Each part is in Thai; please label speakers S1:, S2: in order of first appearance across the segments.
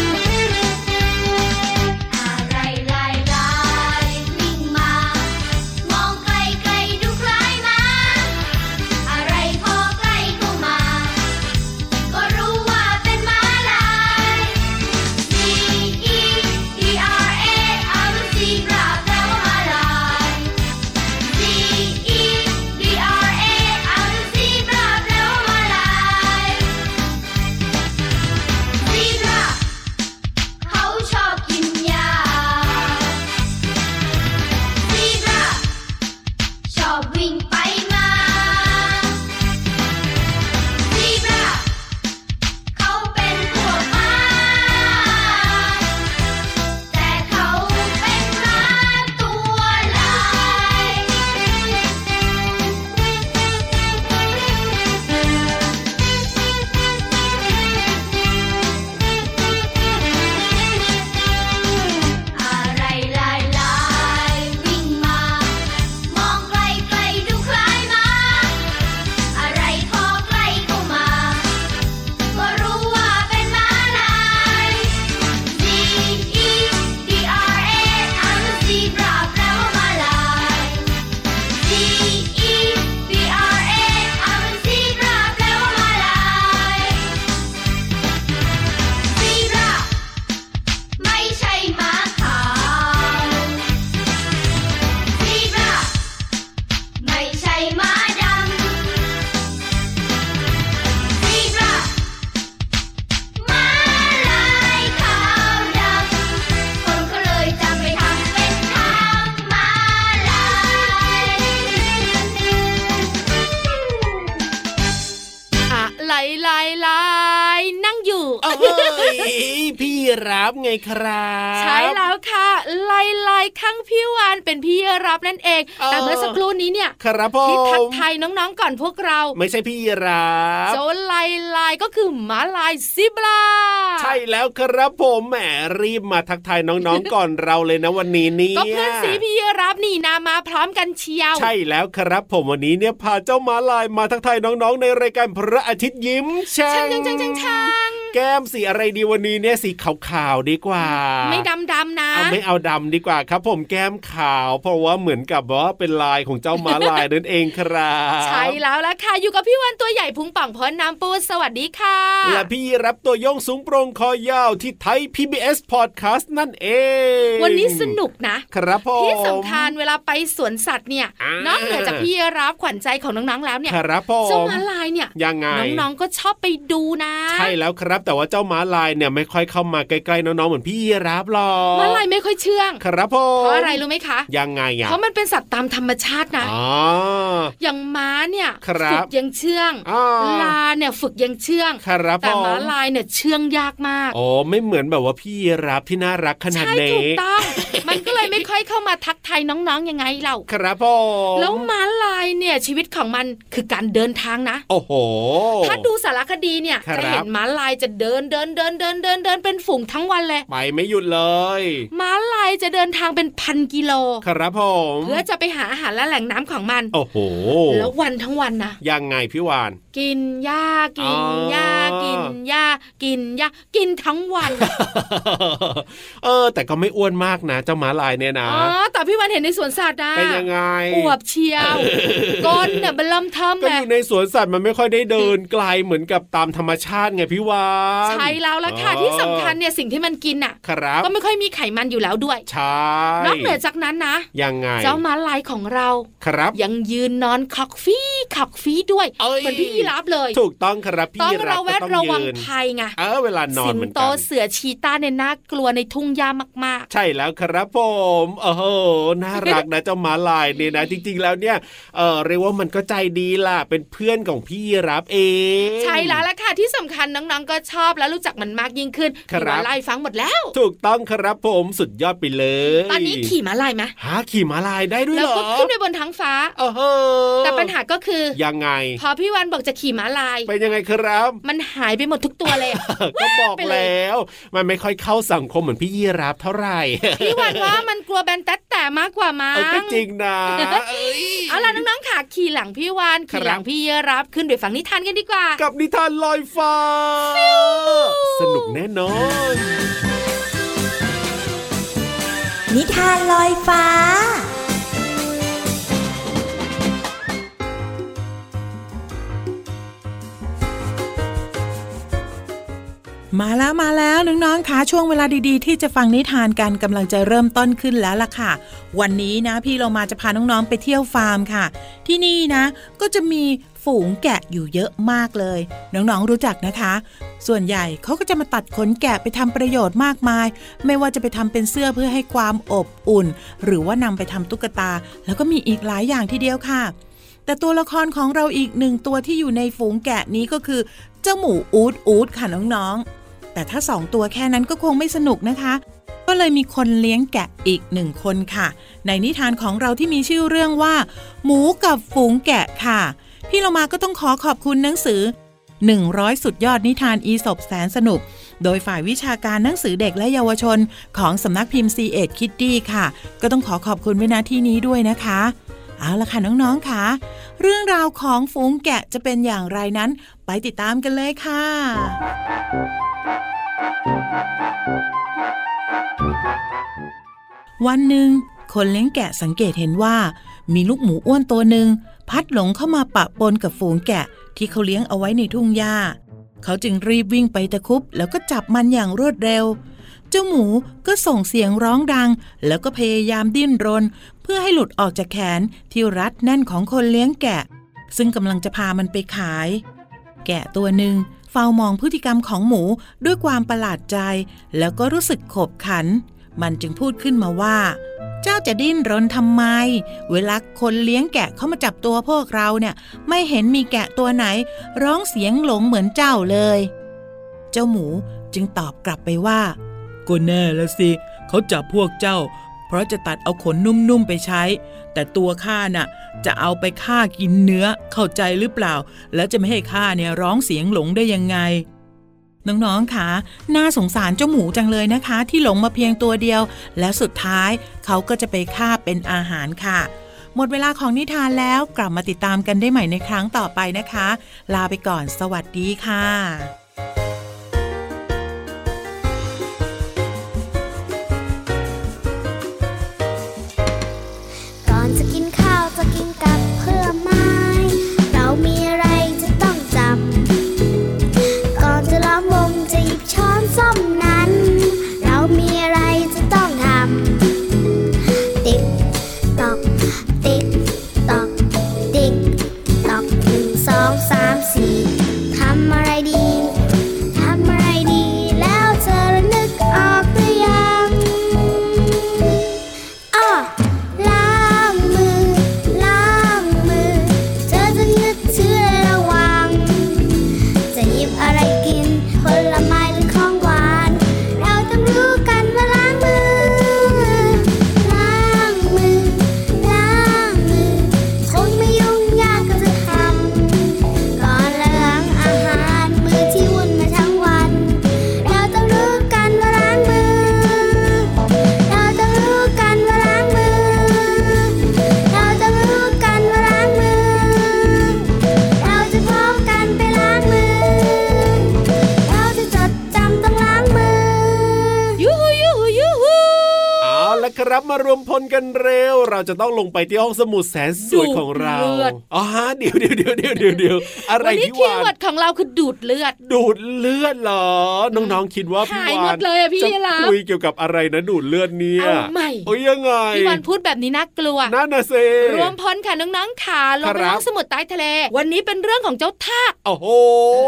S1: อะไรลายลายวิ่งมา มองไกลไกลดูคล้ายม้าอะไรพอใกล้เข้ามา ก็รู้ว่าเป็นม้าลาย C E B R A อาวุธสีปราบแปลว่าม้าลาย C E B R A อาวุธสีปราบแปลว่าม้าลายสีปราบ เขาชอบกินยาซีบราชอบวิ่งไปมาซีบราเขาเป็นพวกม้า แต่เขาเป็นม้าตัวลาย อะไรลายลายวิ่งมา มองไกลไกลดูคล้ายม้าอะไรพอใกล้เข้ามา ก็รู้ว่าเป็นม้าลาย D E B R A อ่านว่าซีบราแปลว่าม้าลาย D E B R A อ่านว่าซีบราแปลว่าม้าลายซีบรา ไม่ใช่ม้าขาวซีบราไม่ใช่ม้าดำซีบราม้าลายขาวดำ คนก็เลยจำไปทำเป็นทางม้าลาย
S2: อะไรลายลายนั่งอยู่
S3: เอ้ยพี่รับไงครับ
S2: ใช่แล้วค่ะลายลายข้างพี่วานเป็นพี่รับนั่นเอง แต่เมื่อสักครู่นี้เนี่ย
S3: ครับผ
S2: ที่ทัก
S3: ม
S2: ทายน้องๆก่อนพวกเรา
S3: ไม่ใช่พี่รับ
S2: โจรลายลายก็คือหมาลายซิบลา
S3: ใช่แล้วครับผมแหมรีบมาทักทายน้องๆ ก่อนเราเลยนะวันนี้เนี่ย
S2: ก็เพื่อนสีพี่รับนี่นามาพร้อมกันเชียว
S3: ใช่แล้วครับผมวันนี้เนี่ยพาเจ้ามาลายมาทักทายน้องๆ ในรายการพระอาทิตย์ยิ้มแฉ่
S2: ช่างช่างช่างช่างช่าง
S3: แก้มสีอะไรดีวันนี้เนี่ยสีขาวๆดีกว่า
S2: ไม่ดำดำๆนะ
S3: เอาไม่เอาดำดีกว่าครับ ผมแก้มขาว เพราะว่าเหมือนกับว่าเป็นลายของเจ้ามาลายนั่นเองครับ
S2: ใช่แล้วล่ะค่ะ อยู่กับพี่วันตัวใหญ่พุงป่องพอน้ำปูสวัสดีค่ะ
S3: และพี่รับตัวโยงสูงโปรงคอยาวที่ไทย PBS Podcast นั่นเอง
S2: วันนี้สนุกนะ
S3: ครับผม
S2: ที่สำคัญเวลาไปสวนสัตว์เนี่ย
S3: อ่าน
S2: นอกเหนือจากพี่รับขวัญใจของน้องๆแล้วเนี่ย
S3: ครับผม
S2: เจ้ามาลายเนี่ย
S3: ยังไง
S2: น้องๆก็ชอบไปดูนะ
S3: ใช่แล้วครับ แต่ว่าเจ้าม้าลายเนี่ยไม่ค่อยเข้ามาใกล้ๆน้องๆเหมือนพี่ยีรับหรอก
S2: มาลายไม่ค่อยเชื่อง
S3: ครับผ
S2: เพ
S3: ม
S2: ราะอะไรรู้ไหมคะ
S3: ยังไงอ่ะ
S2: เพราะมันเป็นสัตว์ตามธรรมชาตินะ
S3: อ๋อ
S2: อย่างม้าเนี่ย
S3: ครับ
S2: ฝึกยังเชื่อง
S3: อ่า
S2: ลาเนี่ยฝึกยังเชื่อง
S3: ครับ
S2: แต่
S3: ผ
S2: ม้าม ลายเนี่ยเชื่องยากมาก
S3: โอ้ไม่เหมือนแบบว่าพี่ยีรับที่น่ารักขนาด
S2: ใช่
S3: นี้
S2: ถูกต้อง มันก็เลยไม่ค่อยเข้ามาทักทายน้องๆยังไงเรา
S3: ครับผม
S2: แล้วม้าลายเนี่ยชีวิตของมันคือการเดินทางนะ
S3: โอ้โห
S2: ถ้าดูสารคดีเนี่ย
S3: ครับ
S2: จะเห็นม้าลายจะเดินเดินเดินเดินเดินเดินเป็นฝูงทั้งวันเลย
S3: ไปไม่หยุดเลย
S2: ม้าลายจะเดินทางเป็นพันกิโล
S3: ครับผม
S2: เพื่อจะไปหาอาหารและแหล่งน้ำของมัน
S3: โอ้โห
S2: แล้ววันทั้งวันนะ
S3: ยังไงพี่วาน
S2: กินหญ้า
S3: อ๋
S2: กิ
S3: อ
S2: นหญ้ากินหญ้ากินหญ้ากินทั้งวัน
S3: เออ แต่ก็ไม่อ้วนมากนะ เจ้าม้าลายเนี่ยนะ
S2: อ๋อแต่พี่วันเห็นในสวนสัตว์นะ
S3: เป็นยังไง
S2: อวบเชี ยวก้นเนี่ยมันเริ่มเทิม
S3: ก็
S2: เล
S3: อย ยู่ในสวนสัตว์มันไม่ค่อยได้เดินไกลเหมือนกับตามธรรมชาติไงพี่วาน
S2: ใช่แล้วล่ะค่ะ
S3: อ๋อ
S2: ที่สำคัญเนี่ยสิ่งที่มันกินอ่ะ
S3: ครับ
S2: ก็ไม่ค่อยมีไขมันอยู่แล้วด้วย
S3: ใช่
S2: นอกเหนือจากนั้นนะ
S3: ยังไง
S2: เจ้าม้าลายของเรา
S3: ครับ
S2: ยังยืนนอนขอกฟีขอกฟีด้วย
S3: เอ้ย
S2: เหมือนพี่ยีราฟเลย
S3: ถูกต้องครับพี่
S2: ต้อง
S3: ยีาฟ
S2: ระแวด
S3: ก็
S2: ระวัง
S3: ยืน
S2: ภัยไง
S3: เออเวลานอน
S2: สิง
S3: เหมือน
S2: โต
S3: กัน
S2: เสือชีตาเนี่ยน่ากลัวในทุ่งหญ้ามาก
S3: ใช่แล้วครับผมโอ้โหน่ารักนะ เจ้าม้าลายเนี่ยนะ จริง ๆ แล้วเนี่ยเออเรียกว่า มันก็ใจดีล่ะ เป็นเพื่อนของพี่ยีรับเอง
S2: ใช่แล้วล่ะค่ะที่สำคัญน้องๆก็ชอบและรู้จักมันมากยิ่งขึ้น
S3: ครับ
S2: ขี่ม้าลายฟังหมดแล้ว
S3: ถูกต้องครับผมสุดยอดไปเลย
S2: ตอนนี้ขี่ม้าลายไหม
S3: หาขี่ม้าลายได้ด้วย
S2: แล้ว
S3: เหรอ
S2: ก็ขึ้นไปบนท้องฟ้า
S3: โอ้โห
S2: แต่ปัญหาก็คือ
S3: ยังไง
S2: พอพี่วันบอกจะขี่ม้าลาย
S3: เป็นยังไงครับ
S2: มันหายไปหมดทุกตัวเลยอะ
S3: ก็บอก
S2: ไปเลย
S3: แล้ว มันไม่ค่อยเข้าสังคมเหมือนพี่ยีรับเท่าไหร่
S2: พี่วันว่ามันกลัวแบนแต๊ดแต่มากกว่ามั้
S3: เออก็
S2: ง
S3: จริง นะเอ้ย
S2: เอาล่ะน้องๆค่ะขี่หลังพี่วาน
S3: ค
S2: ขี่
S3: รับ
S2: หลังพี่เยรับขึ้นไปฟังนิทานกันดีกว่า
S3: กับนิทานลอยฟ้า สนุกแน่นอน
S4: นิทานลอยฟ้า
S5: มาแล้วมาแล้วน้องๆคะช่วงเวลาดีๆ ที่จะฟังนิทานกันกำลังจะเริ่มต้นขึ้นแล้วล่ะค่ะ วันนี้นะพี่เรามาจะพาน้องๆไปเที่ยวฟาร์มค่ะ ที่นี่นะ ก็จะมีฝูงแกะอยู่เยอะมากเลย น้องๆรู้จักนะคะ ส่วนใหญ่เขาก็จะมาตัดขนแกะไปทำประโยชน์มากมาย ไม่ว่าจะไปทำเป็นเสื้อเพื่อให้ความอบอุ่น หรือว่านำไปทำตุ๊กตา แล้วก็มีอีกหลายอย่างทีเดียวค่ะ แต่ตัวละครของเราอีกหนึ่งตัวที่อยู่ในฝูงแกะนี้ก็คือ เจ้าหมูอูดอูดค่ะน้องๆ แต่ถ้า 2 ตัวแค่นั้นก็คงไม่สนุกนะคะ ก็เลยมีคนเลี้ยงแกะอีกหนึ่งคนค่ะ ในนิทานของเราที่มีชื่อเรื่องว่า หมูกับฝูงแกะค่ะ พี่เรามาก็ต้องขอขอบคุณหนังสือ 100 สุดยอดนิทานอีสบแสนสนุก โดยฝ่ายวิชาการหนังสือเด็กและเยาวชน ของสำนักพิมพ์ C ีเอ็ดคิตตี้ค่ะ ก็ต้องขอขอบคุณไว้ณที่นี้ด้วยนะคะ เอาละค่ะน้องๆค่ะ เรื่องราวของฝูงแกะจะเป็นอย่างไรนั้น ไปติดตามกันเลยค่ะ วันหนึ่ง คนเลี้ยงแกะสังเกตเห็นว่า มีลูกหมูอ้วนตัวหนึ่งพัดหลงเข้ามาปะปนกับฝูงแกะที่เขาเลี้ยงเอาไว้ในทุ่งหญ้า เขาจึงรีบวิ่งไปตะครุบแล้วก็จับมันอย่างรวดเร็ว เจ้าหมูก็ส่งเสียงร้องดัง แล้วก็พยายามดิ้นรน เพื่อให้หลุดออกจากแขนที่รัดแน่นของคนเลี้ยงแกะ ซึ่งกำลังจะพามันไปขาย แกะตัวหนึ่งเฝ้ามองพฤติกรรมของหมูด้วยความประหลาดใจ แล้วก็รู้สึกขบขัน มันจึงพูดขึ้นมาว่า เจ้าจะดิ้นรนทำไม เวลาคนเลี้ยงแกะเข้ามาจับตัวพวกเราเนี่ย ไม่เห็นมีแกะตัวไหน ร้องเสียงหลงเหมือนเจ้าเลย เจ้าหมูจึงตอบกลับไปว่า ก็แน่ละสิเขาจับพวกเจ้า เพราะจะตัดเอาขนนุ่มๆไปใช้ แต่ตัวข้าน่ะ จะเอาไปฆ่ากินเนื้อเข้าใจหรือเปล่า แล้วจะไม่ให้ข้าเนี่ยร้องเสียงหลงได้ยังไง น้องๆค่ะน่าสงสารเจ้าหมูจังเลยนะคะ ที่หลงมาเพียงตัวเดียว และสุดท้ายเขาก็จะไปฆ่าเป็นอาหารค่ะ หมดเวลาของนิทานแล้วกลับมาติดตามกันได้ใหม่ในครั้งต่อไปนะคะ ลาไปก่อนสวัสดีค่ะ
S6: ก่อนจะกินข้าวจะกินกับเพื่อไม้ เรามีอะไรจะต้องจำ ก่อนจะล้อมวงจะหยิบช้อนส้อมนั้น เรามีอะไรจะต้องทำ ติ๊กตอก ติ๊กตอก ติ๊กตอกหนึ่งสองสามสี่ทำอะไรดี ทำอะไรดี แล้วเธอระนึกออกหรือยัง อ้อล้างมือ ล้างมือ เธอจะนึกถึงระวัง จะหยิบอะไรกิน ผลไม้หรือของหวาน เราต้องรู้กันว่าล้างมือ ล้างมือ ล้างมือ คงไม่ยุ่งยากก็จะทำ ก่อนล้างอาหารมือที่วุ่นมาทั้งวัน เราต้องรู้กันว่าล้างมือ เราจะรู้กันว่าล้างมือ เราจะรู้กันว่าล้างมือ เราจะพร้อมกันไปล้างมือ เราจะจดจำต้องล้างมือ
S2: ยูฮูยูฮูยูฮู
S3: เอาละครับมารวมพลกันเร็ว เราจะต้องลงไปที่ห้องสมุดแสนสวยของเราอ๋อฮะเดี๋ยวเดี๋ยวเดี๋ยวเดี๋ยวเดี๋ยวเดี๋ยวอะไร
S2: วันนี้
S3: พี่
S2: คีย์
S3: วา
S2: เวิร์
S3: น
S2: ดของเราคือดูดเลือด
S3: ดูดเลือดเหรอ น้องๆคิดว่าพี่
S2: หายหม
S3: วา
S2: ด
S3: น
S2: เลยอะพี่
S3: จะ
S2: ยีราฟ
S3: คุยเกี่ยวกับอะไรนะดูดเลือดเนี่ย
S2: เอาใหม่
S3: โอ้ยยังไง
S2: พี่วันพูดแบบนี้น่ากลัว
S3: นั่นน่ะเซ
S2: รวมพลค่ะน้องๆค่ะลงไป
S3: ครับ
S2: ห้องสมุดใต้ทะเล วันนี้เป็นเรื่องของเจ้าทาก
S3: โอ้โห
S2: เอ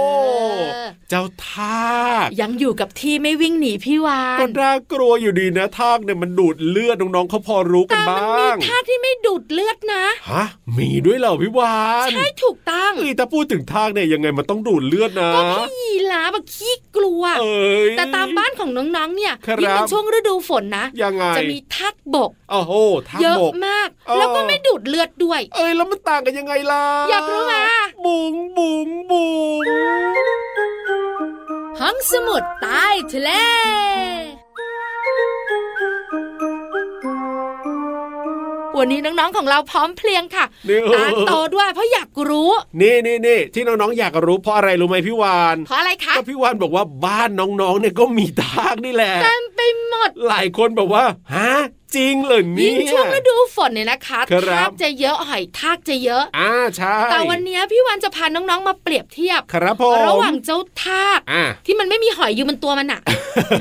S2: อ
S3: เ เจ้าทาก
S2: ยังอยู่กับที่ไม่วิ่งหนีพี่วาน
S3: ก็น่ากลัวอยู่ดีนะทากเนี่ยมันดูดเลือดน้องๆเขาพอรู้กัน
S2: แต่มัน
S3: บ้า
S2: มี
S3: ง
S2: ธาตุที่ไม่ดูดเลือดนะ
S3: ฮะ มีด้วยเหรอพี่วาน
S2: ใช่ถูกต้อง
S3: เอ้ยถ้าพูดถึงทากเนี่ยยังไงมันต้องดูดเลือดนะ
S2: ก็พี่ยีราฟอะขี้กลัว
S3: เอ้ย
S2: แต่ตามบ้านของน้องๆ เนี่ย
S3: ครับ
S2: ยิ่งเป็นช่วงฤดูฝนนะ
S3: ยังไง
S2: จะมีธาตุบก
S3: โอ้โหทาก
S2: เยอะ
S3: บก
S2: มาก
S3: เออ
S2: แล้วก็ไม่ดูดเลือดด้วย
S3: เอ้ยแล้วมันต่างกันยังไงล่ะ
S2: อยากรู้ไหม
S3: บุ๋งบุ๋งบุ๋ง
S2: ห้องสมุดใต้ทะเล วันนี้น้องๆ ของเราพร้อมเพรียงค่ะ
S3: นี่
S2: ตาโตด้วยเพราะอยากรู้
S3: นี่นี่นี่ที่น้องๆอยากรู้เพราะอะไรรู้ไหมพี่วาน
S2: เพราะอะไรคะ
S3: ก็พี่วานบอกว่าบ้านน้องๆเนี่ยก็มีทากนี่แหละ
S2: เต็มไปหมด
S3: หลายคนแบบว่าฮะจริงเหรอเนี่
S2: ยิ่
S3: ย
S2: งช่วงฤดูฝนเนี่ยนะคะ
S3: ครับ
S2: ทากจะเยอะหอยทากจะเยอะ
S3: อ่าใช่
S2: แต่วันนี้พี่วันจะพาน้องๆ มาเปรียบเทียบ
S3: ครับผม
S2: ระหว่างเจ้าทาก
S3: อ่า
S2: ที่มันไม่มีหอยอยู่บนตัวมันอะ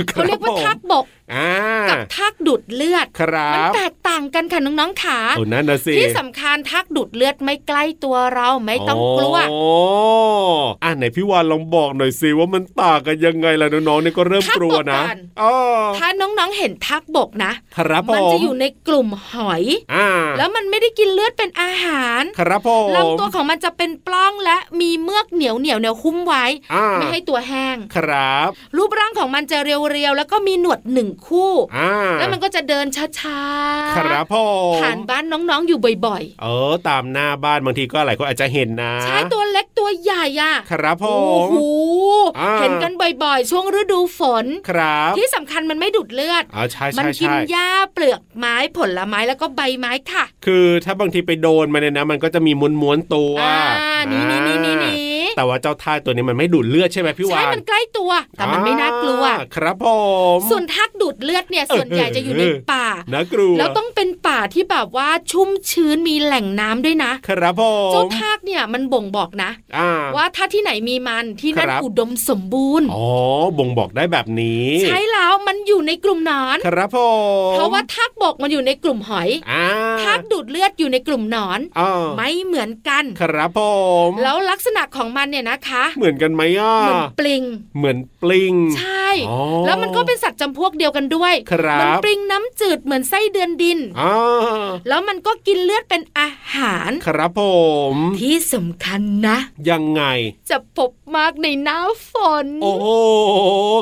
S2: เขาเรียกว่าทากบก
S3: อ่า
S2: กับทากดูดเลือด
S3: ครั
S2: มัน
S3: บ
S2: แตกต่างกันค่ะน้องๆขา
S3: โอ้นั่นนะสิ
S2: ที่สำคัญทากดูดเลือดไม่ใกล้ตัวเราไม่ต้องกลัว
S3: อ๋ออ่าไหนพี่วานลองบอกหน่อยสิว่ามันต่างกันยังไงล่ะน้องๆเนี่ยก็เริ่มกลัวนะ
S2: ทากบกกัน
S3: อ๋อ
S2: ถ้าน้องๆเห็นทากบกนะ
S3: ครับผ
S2: มั
S3: ม
S2: จะอยู่ในกลุ่มหอย
S3: อ่า
S2: แล้วมันไม่ได้กินเลือดเป็นอาหาร
S3: ครับผม
S2: ลำตัวของมันจะเป็นปล้องและมีเมือกเหนียวเหนียวเนี่ยหุ้มไว้
S3: อ่า
S2: ไม่ให้ตัวแห้ง
S3: ครับ
S2: รูปร่างของมันจะเรียวๆ แล้วก็มีหนวดหนึ่งคู่
S3: อ่า
S2: แล้วมันก็จะเดินช้าๆ
S3: ครับผม
S2: ผ่านบ้านน้องๆ อยู่บ่อย
S3: เออตามหน้าบ้านบางทีก็หลายคนอาจจะเห็นนะ
S2: ๆ ใช้ตัวเล็กตัวใหญ่อะ
S3: ครับผ
S2: โอ้
S3: ม
S2: โห
S3: อ่า
S2: เห็นกันบ่อยๆ ช่วงฤดูฝน
S3: ครับ
S2: ที่สำคัญมันไม่ดูดเลือด
S3: อ๋อใช่
S2: มั
S3: ใช่
S2: กิน
S3: ใช่
S2: หญ้าเปลือกไม้ผลไม้แล้วก็ใบไม้ค่ะ
S3: คือถ้าบางทีไปโดนมันเนี่ยนะ มันก็จะมีม้วนม้วนๆตัว
S2: อ่านี่นี่นี่นี่
S3: อ่า
S2: นี่
S3: แต่ว่าเจ้าท่าตัวนี้มันไม่ดูดเลือดใช่ไหมพี่วา
S2: ใช่
S3: น
S2: มันใกล้ตัว แต่มันไม่น่ากลัว
S3: อ่าครับผม
S2: ส่วนทักดูดเลือดเนี่ย ส่วนใหญ่จะอยู่ใน
S3: เออ
S2: ป่า
S3: น่ากลัว
S2: แล้วต้องเป็นป่าที่แบบว่าชุ่มชื้นมีแหล่งน้ำด้วยนะ
S3: ครับผ
S2: เจ้าม ทากเนี่ยมันบ่งบอกนะ
S3: อ่า
S2: ว่าถ้าที่ไหนมีมันที่นั่น
S3: ครับ
S2: อุดมสมบูรณ์
S3: อ๋อบ่งบอกได้แบบนี้
S2: ใช้แล้วมันอยู่ในกลุ่มหนอน
S3: ครับผม
S2: เพราะว่าทากบกมันอยู่ในกลุ่มหอย
S3: อ่า
S2: ทากดูดเลือดอยู่ในกลุ่มหนอน
S3: อ่า
S2: ไม่เหมือนกัน
S3: ครับผม
S2: แล้วลักษณะของมันเนี่ยนะคะ
S3: เหมือนกันไหมอ่ะ
S2: เหมือนปลิง
S3: เหมือนปลิง
S2: ใช่
S3: อ๋อ
S2: แล้วมันก็เป็นสัตว์จำพวกเดียวกันด้วย
S3: ครับ
S2: มันปลิงน้ำจืดเหมือนไส้เดือนดิน
S3: อ่า
S2: แล้วมันก็กินเลือดเป็นอาหาร
S3: ครับผม
S2: ที่สำคัญนะ
S3: ยังไง
S2: จะพบมากในหน้าฝน
S3: โอ้โห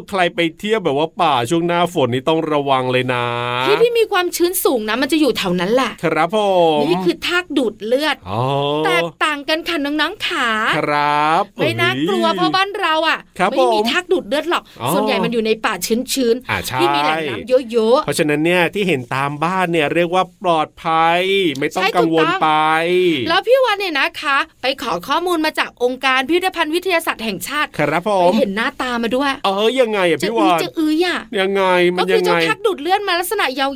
S3: ใครไปเที่ยวแบบว่าป่าช่วงหน้าฝนนี่ต้องระวังเลยนะ
S2: ที่ที่มีความชื้นสูงนะมันจะอยู่แถวนั้นแหละ
S3: ครับผม
S2: นี่คือทากดูดเลือด
S3: อ๋อ
S2: แตกต่างกันค่ะน้องๆขา
S3: ครับ
S2: ไม่น่ากลัว
S3: อุ๊ย
S2: เพราะบ้านเราอ่ะ
S3: ครับ
S2: ไม่มี
S3: ผม
S2: ทากดูดเลือดหรอก
S3: อ๋อ
S2: ส่วนใหญ่มันอยู่ในป่าชื้น
S3: อ่าใช่
S2: ที่มีแหล่งน้ำเยอะ
S3: เพราะฉะนั้นเนี่ยที่เห็นตามบ้านเนี่ยเรียกว่าปลอดภัย ไม่ต้อง
S2: ใช่
S3: กังวล
S2: ถูกต้อง
S3: ไป
S2: ๆ แล้วพี่วันเนี่ยนะคะ ไปขอข้อมูลมาจากองค์การพิพิธภัณฑ์วิทยาศาสตร์แห่งชาติ
S3: ครับผ
S2: ไป
S3: ม
S2: เห็นหน้าตามาด้วย
S3: เออยังไงอ่ะ
S2: จะ
S3: พี่
S2: อือ
S3: วาน
S2: จะอืออ่ะ
S3: ยังไงมั
S2: ก็
S3: น
S2: คื
S3: ยั
S2: อง เจ้า
S3: ไง
S2: ทักดูดเลือดมาลักษณะยา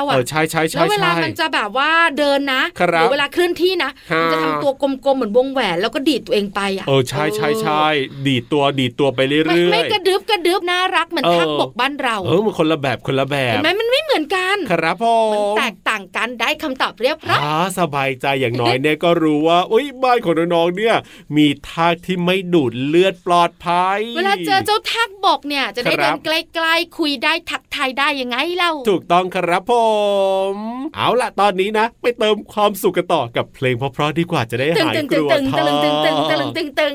S2: วๆ
S3: เอ
S2: อ่ะ
S3: อใช่ใช่ใช่
S2: แล้วเวลา
S3: ใช่
S2: มันจะแบบว่าเดินนะครับ หรือเวลาเคลื่อนที่นะ
S3: ฮะ
S2: มันจะทำตัวกลมๆเหมือนวงแหวนแล้วก็ดีดตัวเองไปอ่ะ
S3: เออใช่ใช่ใช่ดีดตัวดีดตัวไปเรื่อยๆ
S2: ไม่ไม่กระดึบกระดึบน่ารักเหมือน
S3: เออ
S2: ทักบกบ้านเรา
S3: เออมันคนละแบบคนละแบ
S2: เห็
S3: บ
S2: นไหมมันไม่เหมือนกัน
S3: ครับผ
S2: มัน
S3: ม
S2: แตกต่างกันได้คำตอบเรียบร้อย
S3: อ่าสบายใจอย่างน้อยเนี่ยก็รู้ว่าอุ้ยบ้านของน้องๆเนี่ย มีทากที่ไม่ดูดเลือดปลอดภัย
S2: เวลาเจอเจ้าทักบกเนี่ย จะได้
S3: ครั
S2: เดิ
S3: บ
S2: นใกล้ๆคุยได้ทักทายได้ยังไงเล่า
S3: ถูกต้องครับผม เอาล่ะตอนนี้นะ ไปเติมความสุขกันต่อกับเพลงเพราะๆดีกว่าจะได้
S2: ตึง
S3: หาย
S2: ตึง
S3: ก
S2: ตึง
S3: ลัว
S2: ตึง
S3: ท้
S2: ตึงตึงตึงตึง
S3: อ
S2: ตึงตึง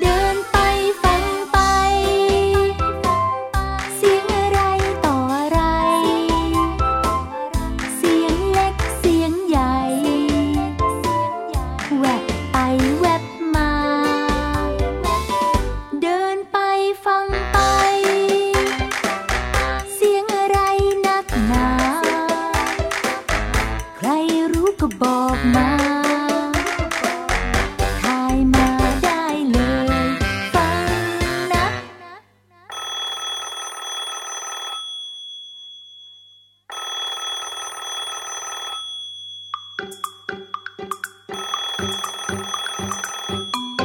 S6: เดินไปฟังไป เสียงอะไรต่ออะไร เสียงเล็กเสียงใหญ่ แวบไปแวบมา เดินไปฟังไป เสียงอะไรนักหนา ใครรู้ก็บอกมา ทายมาได้เลย ฟังนะ
S3: ง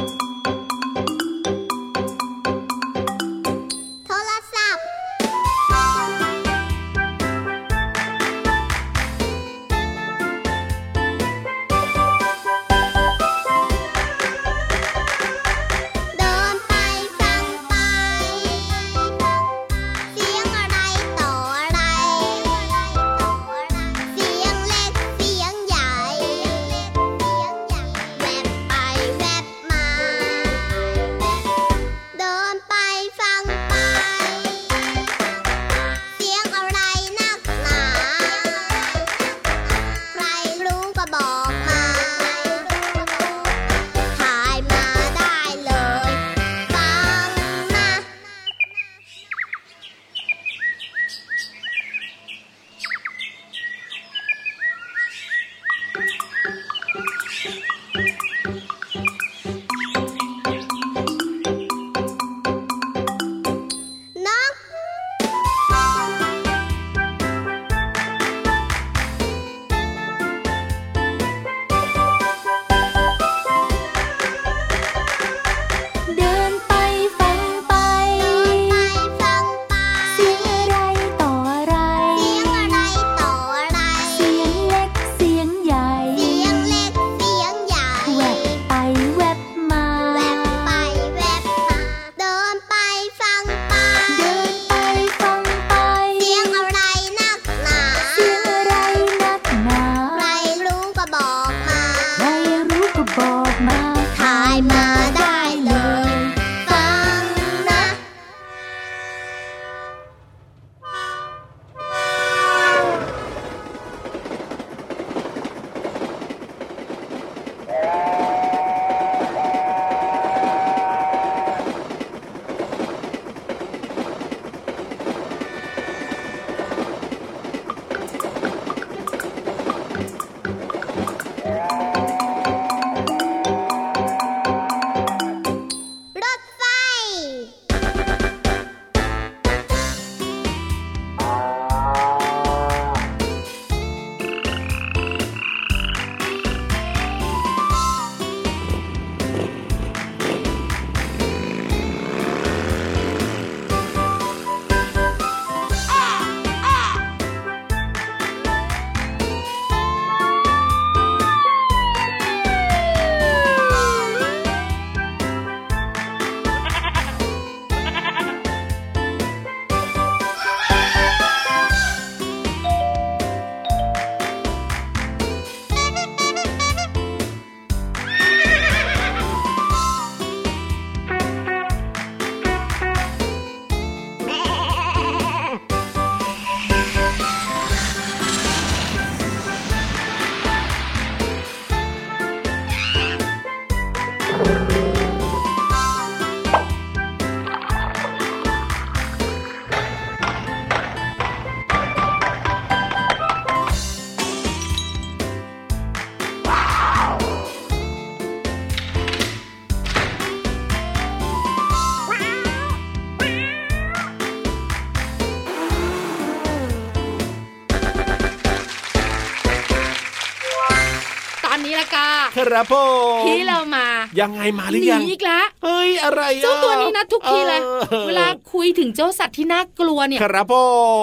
S2: านนี้ละกา
S3: ครับผม
S2: พี่เรามา
S3: ยังไงมาห
S2: ห
S3: รือยัง
S2: นีอีกแล้ว
S3: เฮ้ยอะไรอะ
S2: เจ้าตัวนี้นะทุกทีเลย
S3: ออ
S2: เวลาคุยถึงเจ้าสัตว์ที่น่ากลัวเนี่ย
S3: ครับผ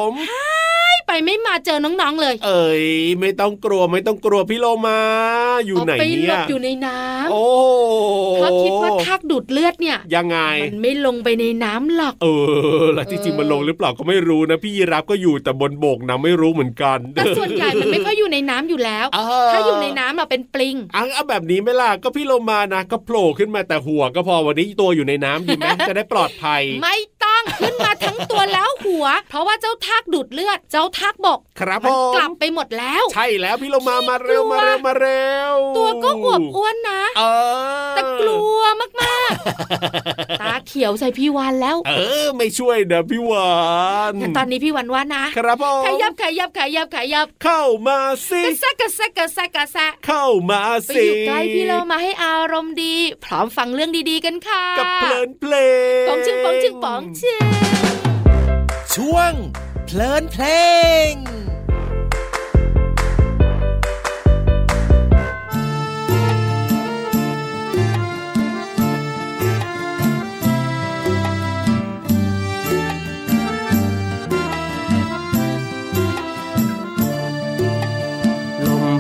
S3: ม
S2: ไม่ไปไม่มาเจอน้องๆเลย
S3: เอ้ยไม่ต้องกลัวไม่ต้องกลัวพี่โลมาอยู่ไหน
S2: เอาไปห
S3: เนี่
S2: ล
S3: ย
S2: บอยู่ในน้ำ
S3: โอ้
S2: เขาคิดว่าทากดูดเลือดเนี่ย
S3: ยังไง
S2: มันไม่ลงไปในน้ำหรอก
S3: เออแล้วจริงๆมันลงหรือเปล่าก็ไม่รู้นะพี่ยีรับก็อยู่แต่บนโบกนะไม่รู้เหมือนกัน
S2: แต่ส่วนใหญ่มันไม่ค่อยอยู่ในน้ำอยู่แล้ว
S3: เ
S2: ถ้าอยู่ในน้ำอะเป็นปลิง
S3: อังเอาแบบนี้ไหม่ล่ะก็พี่โลมานะ ก็โผล่ขึ้นมาแต่หัวก็พอวันนี้ตัวอยู่ในน้ำดีไหม จะได้ปลอดภัย
S2: ไม่ต้องขึ้นมาทั้งตัวแล้วหัว เพราะว่าเจ้าทากดูดเลือด เจ้าทากบก
S3: ครับ
S2: มั
S3: ผ
S2: น
S3: ม
S2: กลับไปหมดแล้ว
S3: ใช่แล้วพี่โลมามาเร็วมาเร็วมาเร็ว
S2: ตัวก็อวบอ้วนนะ
S3: เออ
S2: แต่กลัวมากๆ ตาเขียวใส่พี่วานแล้ว
S3: เออ ไม่ช่วยนะพี่หวาน
S2: แต่ตอนนี้พี่วานว่านะครับ
S3: ผม
S2: ขยับขยับขยับขยับ
S3: เข้ามาสิ
S2: กระแซะกระแซะกระแซะกระแซะ
S3: เข้ามา
S2: ไป
S3: สิ
S2: อยู่ใกล้พี่เรามาให้อารมณ์ดี พร้อมฟังเรื่องดีๆกันค่ะ
S3: กับเพลินเพลง
S2: ป๋องชึงป๋องชึงป๋องชึง
S7: ช่วงเพลินเพลง
S8: ลม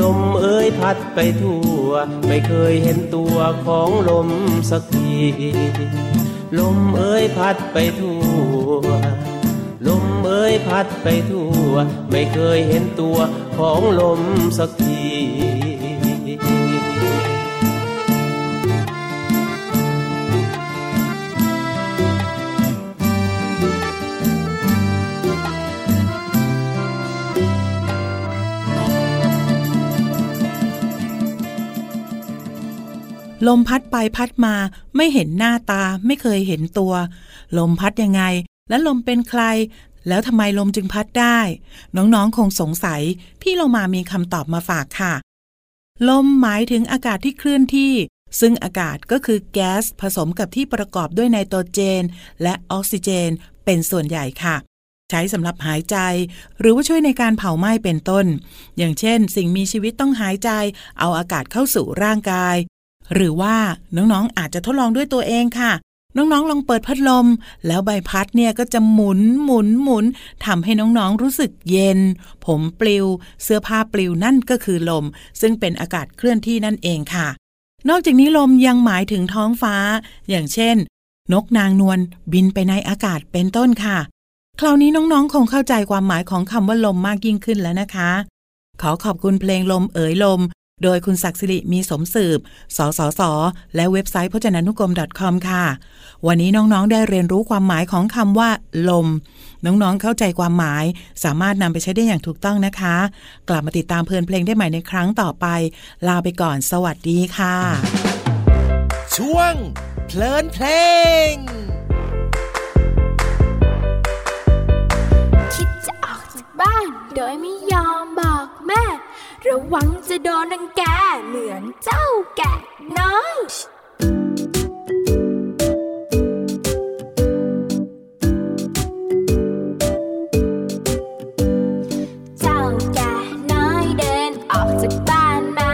S8: ลมเอ้ยพัดไปทั่ว ไม่เคยเห็นตัวของลมสักที ลมเอ้ยพัดไปทั่ว ลมเอ้ยพัดไปทั่ว ไม่เคยเห็นตัวของลมสักที
S5: ลมพัดไปพัดมาไม่เห็นหน้าตาไม่เคยเห็นตัว ลมพัดยังไง และลมเป็นใคร แล้วทำไมลมจึงพัดได้ น้องๆคงสงสัย พี่เรามามีคำตอบมาฝากค่ะ ลมหมายถึงอากาศที่เคลื่อนที่ ซึ่งอากาศก็คือแก๊สผสมกับที่ประกอบด้วยไนโตรเจน และออกซิเจน เป็นส่วนใหญ่ค่ะ ใช้สำหรับหายใจ หรือว่าช่วยในการเผาไหม้เป็นต้น อย่างเช่น สิ่งมีชีวิตต้องหายใจ เอาอากาศเข้าสู่ร่างกาย หรือว่าน้องๆอาจจะทดลองด้วยตัวเองค่ะ น้องๆลองเปิดพัดลม แล้วใบพัดเนี่ยก็จะหมุนหมุนหมุนทำให้น้องๆรู้สึกเย็น ผมปลิว เสื้อผ้าปลิวนั่นก็คือลม ซึ่งเป็นอากาศเคลื่อนที่นั่นเองค่ะ นอกจากนี้ลมยังหมายถึงท้องฟ้า อย่างเช่น นกนางนวลบินไปในอากาศเป็นต้นค่ะ คราวนี้น้องๆ คงเข้าใจความหมายของคำว่าลมมากยิ่งขึ้นแล้วนะคะ ขอขอบคุณเพลงลมเอ๋ยลม โดยคุณศักดิ์สิริมีสมสืบ สสส และเว็บไซต์พจนานุกรม .com ค่ะ วันนี้น้องๆ ได้เรียนรู้ความหมายของคำว่า ลม น้องๆ เข้าใจความหมาย สามารถนำไปใช้ได้อย่างถูกต้องนะคะ กลับมาติดตามเพลินเพลงได้ใหม่ในครั้งต่อไป ลาไปก่อน สวัสดีค่ะ
S7: ช่วงเพลินเพลง
S9: คิดจะออกจากบ้าน โดยไม่ยอมบอกแม่ ระวังจะโดนรังแกเหมือนเจ้าแกะน้อย เจ้าแกะน้อยเดินออกจากบ้านมา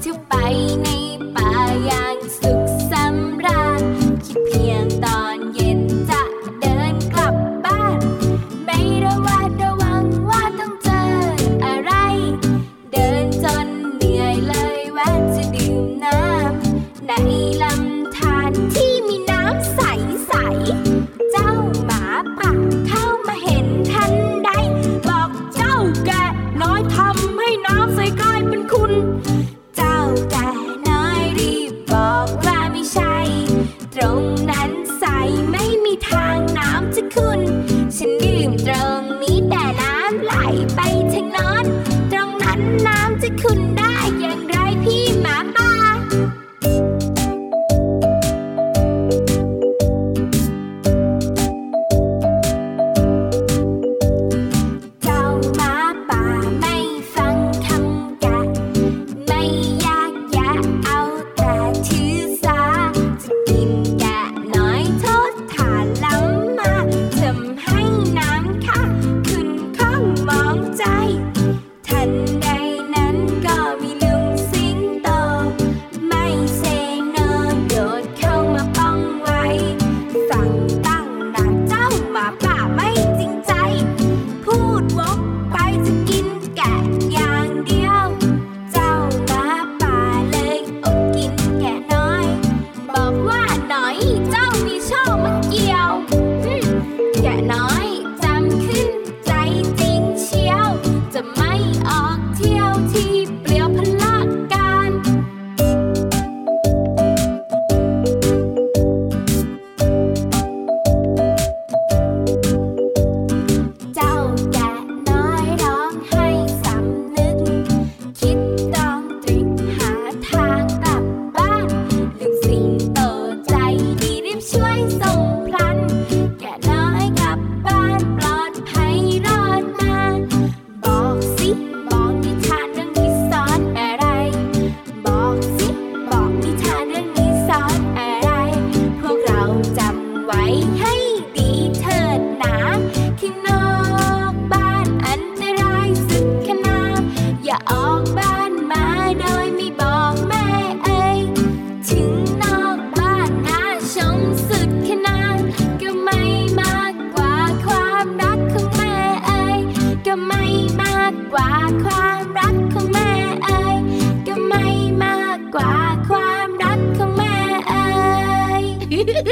S9: เที่ยวไปในป่าอย่างสุขสำราญคิดเพียงตอนเย็นจะเดินกลับบ้าน ไม่ระวัดระวังว่าต้องเจออะไร เดินจนเหนื่อยเลยแวะจะดื่มน้ำใน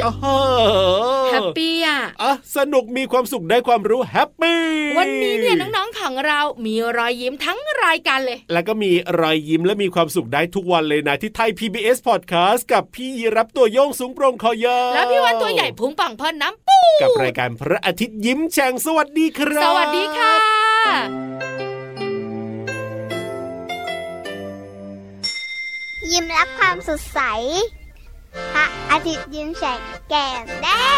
S3: โอ้โห
S2: แฮปปี้อ่ะ
S3: อ่ะสนุกมีความสุขได้ความรู้แฮปปี้
S2: วันนี้เนี่ยน้องๆของเรามีรอยยิ้มทั้งรายการเลย
S3: แล้วก็มีรอยยิ้มและมีความสุขได้ทุกวันเลยนะที่ไทย PBS Podcast กับพี่ยีรับตัวโยงสูงโปรงคอยาว
S2: แล้วพี่วันตัวใหญ่พุงป่องพอน้ำปู
S3: กับรายการพระอาทิตย์ยิ้มแฉ่งสวัสดีครับ
S2: สวัสดีค่ะ
S6: ยิ้มรับความสดใส พระอาทิตย์ยิ้มแฉกแก้มแดง